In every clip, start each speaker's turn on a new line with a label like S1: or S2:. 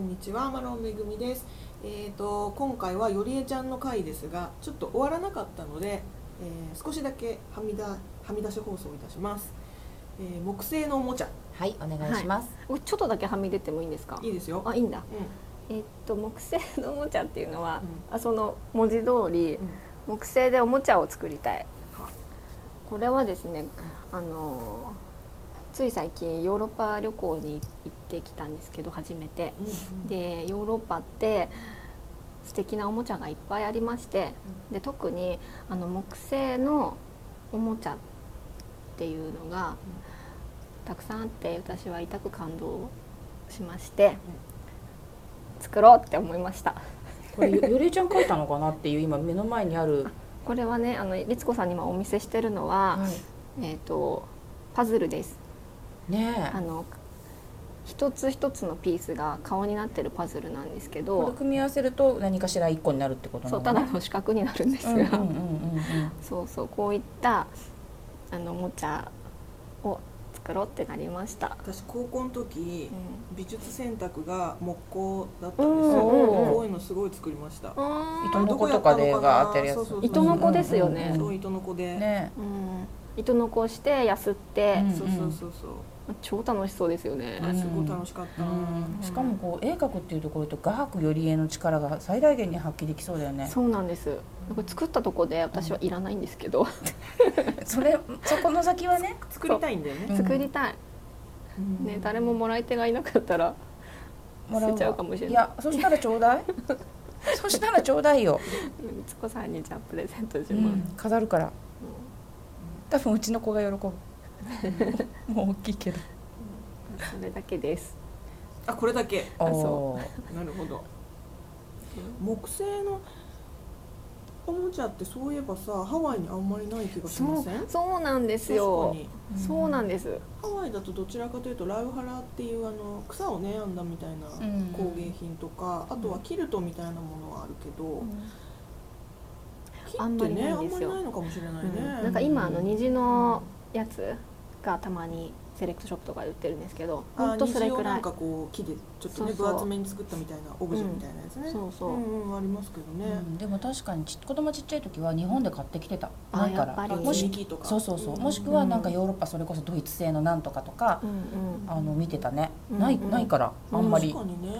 S1: にちはマロンめぐみです。えっ、と今回はよりえちゃんの回ですが、ちょっと終わらなかったので、えー少しだけはみだはみ出し放送いたします。えー木製のおもちゃ
S2: はい、お願いします。
S3: おちょっとだけはみ出てもいいんですか
S1: いいですよ。
S3: あいいんだ
S1: う
S3: えっと木製のおもちゃっていうのは、
S1: う
S3: あその文字通り
S1: ん、
S3: 木製でおもちゃを作りたい
S1: は
S3: これはですねあのつい最近ヨーロッパ旅行に行ってきたんですけど初めて
S1: うん、
S3: でヨーロッパって素敵なおもちゃがいっぱいありましてで特にあの木製のおもちゃっていうのがたくさんあって私は痛く感動しまして作ろうって思いました
S2: これ、よりえちゃん書いたのかなっていう、今目の前にある。
S3: これはねあの律子さんに今お見せしてるのは、えっ、とパズルです
S2: ね
S3: あの一つ一つのピースが顔になってるパズルなんですけ
S2: え。これ
S3: ど
S2: 組み合わせると、何かしら一個になるってことな
S3: そ
S2: の
S3: う
S2: か
S3: た
S2: な。
S3: だの四角になるんです
S2: うんうんうん
S3: が、
S2: うんうん。
S3: そうそうこういったあのおもちゃを作ろうってなりました。
S1: 私高校の時
S3: う。ん
S1: 美術選択が木工だったんですよ。
S3: うん
S2: うんうん
S1: こういうのすごい作りました。
S2: 糸の子とかでが当てる
S1: どこやったのかな
S2: やつ
S1: そうそうそう。
S3: 糸の子ですよ
S2: うん
S3: ね。
S1: そう糸の子で、
S2: ね
S3: うん、糸の子をしてやすって、
S2: うん
S1: そうそうそうそう。
S3: 超楽しそうですよね
S1: あ。れすごい楽しかっ
S2: え。
S1: た。
S2: うんしかもこう絵描くっていうところと画伯よりえの力が最大限に発揮できそうだよね
S3: そうなんです。これ作ったとこで私はいらないんですけど、
S2: それそこの先は ね
S1: 作りたいんだよね。
S2: うん
S3: 作りたい。ね、誰ももらい手がいなかったら
S2: もらうわ
S3: 捨てちゃうかもしれない
S2: いやそしたらちょう だいそしたらちょうだいよ、
S3: みつこさんにじゃあプレゼントし
S2: う
S3: ます。
S2: ん飾るから多分うちの子が 喜ぶもう大きいけど
S3: うんそれだけです。
S1: あこれだけ。
S2: あ
S3: あ
S2: そ
S3: そ
S1: なるほど。木製のおもちゃってそういえばさハワイにあんまりない気がしません？
S3: そうなんです
S1: 確
S3: よ
S1: か。に
S2: う
S3: そうなんです。
S1: ハワイだとどちらかというとラウハラっていうあの草をね編んだみたいな
S2: うん
S1: 工芸品とか、あとはキルトみたいなものはあるけど、木
S3: あ
S1: っ
S3: んま
S1: て
S3: り
S1: ね
S3: な
S1: あ
S3: い
S1: ん
S3: ん
S1: ま
S3: で
S1: すり
S3: よ
S1: ないのかもしれないね。
S3: うんなんか今あの虹のやつがたまにセレクトショップとかで売ってるんですけど
S1: あ
S3: 本当それく
S1: 虹をな
S3: ら
S1: ん
S3: い
S1: かこう木でちょっとね
S3: そうそう
S1: 分厚めに作ったみたいなオブジェみたいなやつね、
S3: うんそうそうん
S1: うん、ありますけど
S2: う
S1: ね、
S2: んでも確かにち子供ちっちゃい時は日本で買ってきてた
S3: あ
S2: ないか
S3: やっぱ
S2: ら
S3: り
S1: あ
S2: もし
S1: 積み木とか
S2: そうそうそう、
S1: ん
S2: もしくはなんかヨーロッパそれこそドイツ製のなんとかとか
S3: う、ん
S2: あの見てたね、
S3: うん
S2: ない
S3: うん
S2: ないからあんまり、
S1: 確かにね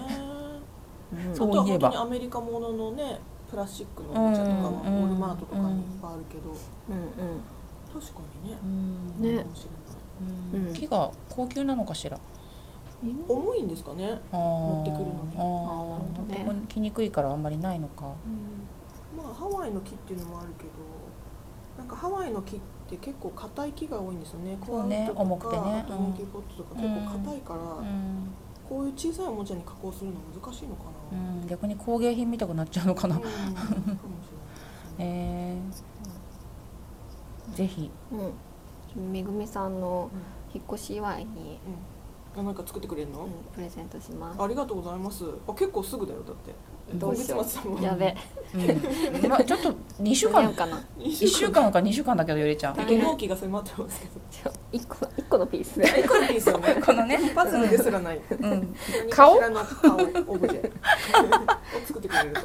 S3: うんうん
S2: そう
S1: あとは
S2: 言え
S1: 本
S2: ば
S1: 当にアメリカもののねプラスチックのおもちゃとかは
S2: うん
S1: ウ
S2: うん
S1: ォルマートとかにいっぱいあるけど、
S3: うん
S1: 確かにね
S2: うん
S3: ね
S1: かもしれない
S2: うん
S3: うん
S2: 木が高級なのかしら
S3: うん
S1: 重いんですかね
S2: 持
S1: ってくるのに
S2: あー
S3: あーなるほどね
S2: 持ってきにくいからあんまりないのか
S1: まあハワイの木っていうのもあるけどなんかハワイの木って結構硬い木が多いんですよね
S2: そうね
S1: クワウ
S2: 重
S1: と
S2: く
S1: か
S2: てね
S1: あとモンキーポットとか結構硬いから、
S2: うん、
S1: こういう小さいおもちゃに加工するの難しいのか
S2: う
S1: な、うん
S2: ん、逆に工芸品見たくなっちゃうのかな、
S1: かもしれないですね
S2: えー、ぜひ
S3: うんめぐみさんの引っ越し祝いに、
S1: あなんか作ってくれるの、
S3: うんプレゼントします
S1: ありがとうございますあ結構すぐだよだって
S3: どうしよ
S1: 動物松さんも
S3: うやべ
S2: うん、まあちょっと二週
S3: 間に
S2: 間
S3: 合うかな
S2: 一週間か二週間だけどゆりちゃん
S1: ちょっと納期が迫ってますけど
S3: ちょ一個一個のピ ース
S1: 大好ですよね
S2: この ね
S1: パズルですらない
S2: うん、
S1: 顔何かしらの顔オブジ ェを作ってくれると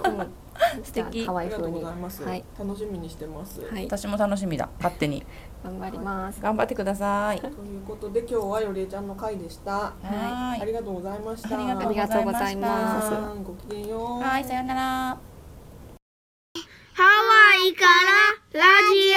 S3: 素
S2: 敵
S3: ハ
S1: あ
S3: ワイ
S1: りがと
S3: 風
S1: うご
S3: に
S1: ざいます、
S3: はい
S1: 楽しみにしてます、
S3: はい
S2: 私も楽しみだ勝手に
S3: 頑張ります
S2: 頑張ってください
S1: ということで今日はよりえちゃんの回でした、
S2: は
S1: あ
S2: ー
S1: り
S2: い
S1: がとうございました
S3: とうございました
S1: 皆
S3: す
S1: さんごきげんよう
S2: はいさようなら
S4: ハワイからラジオ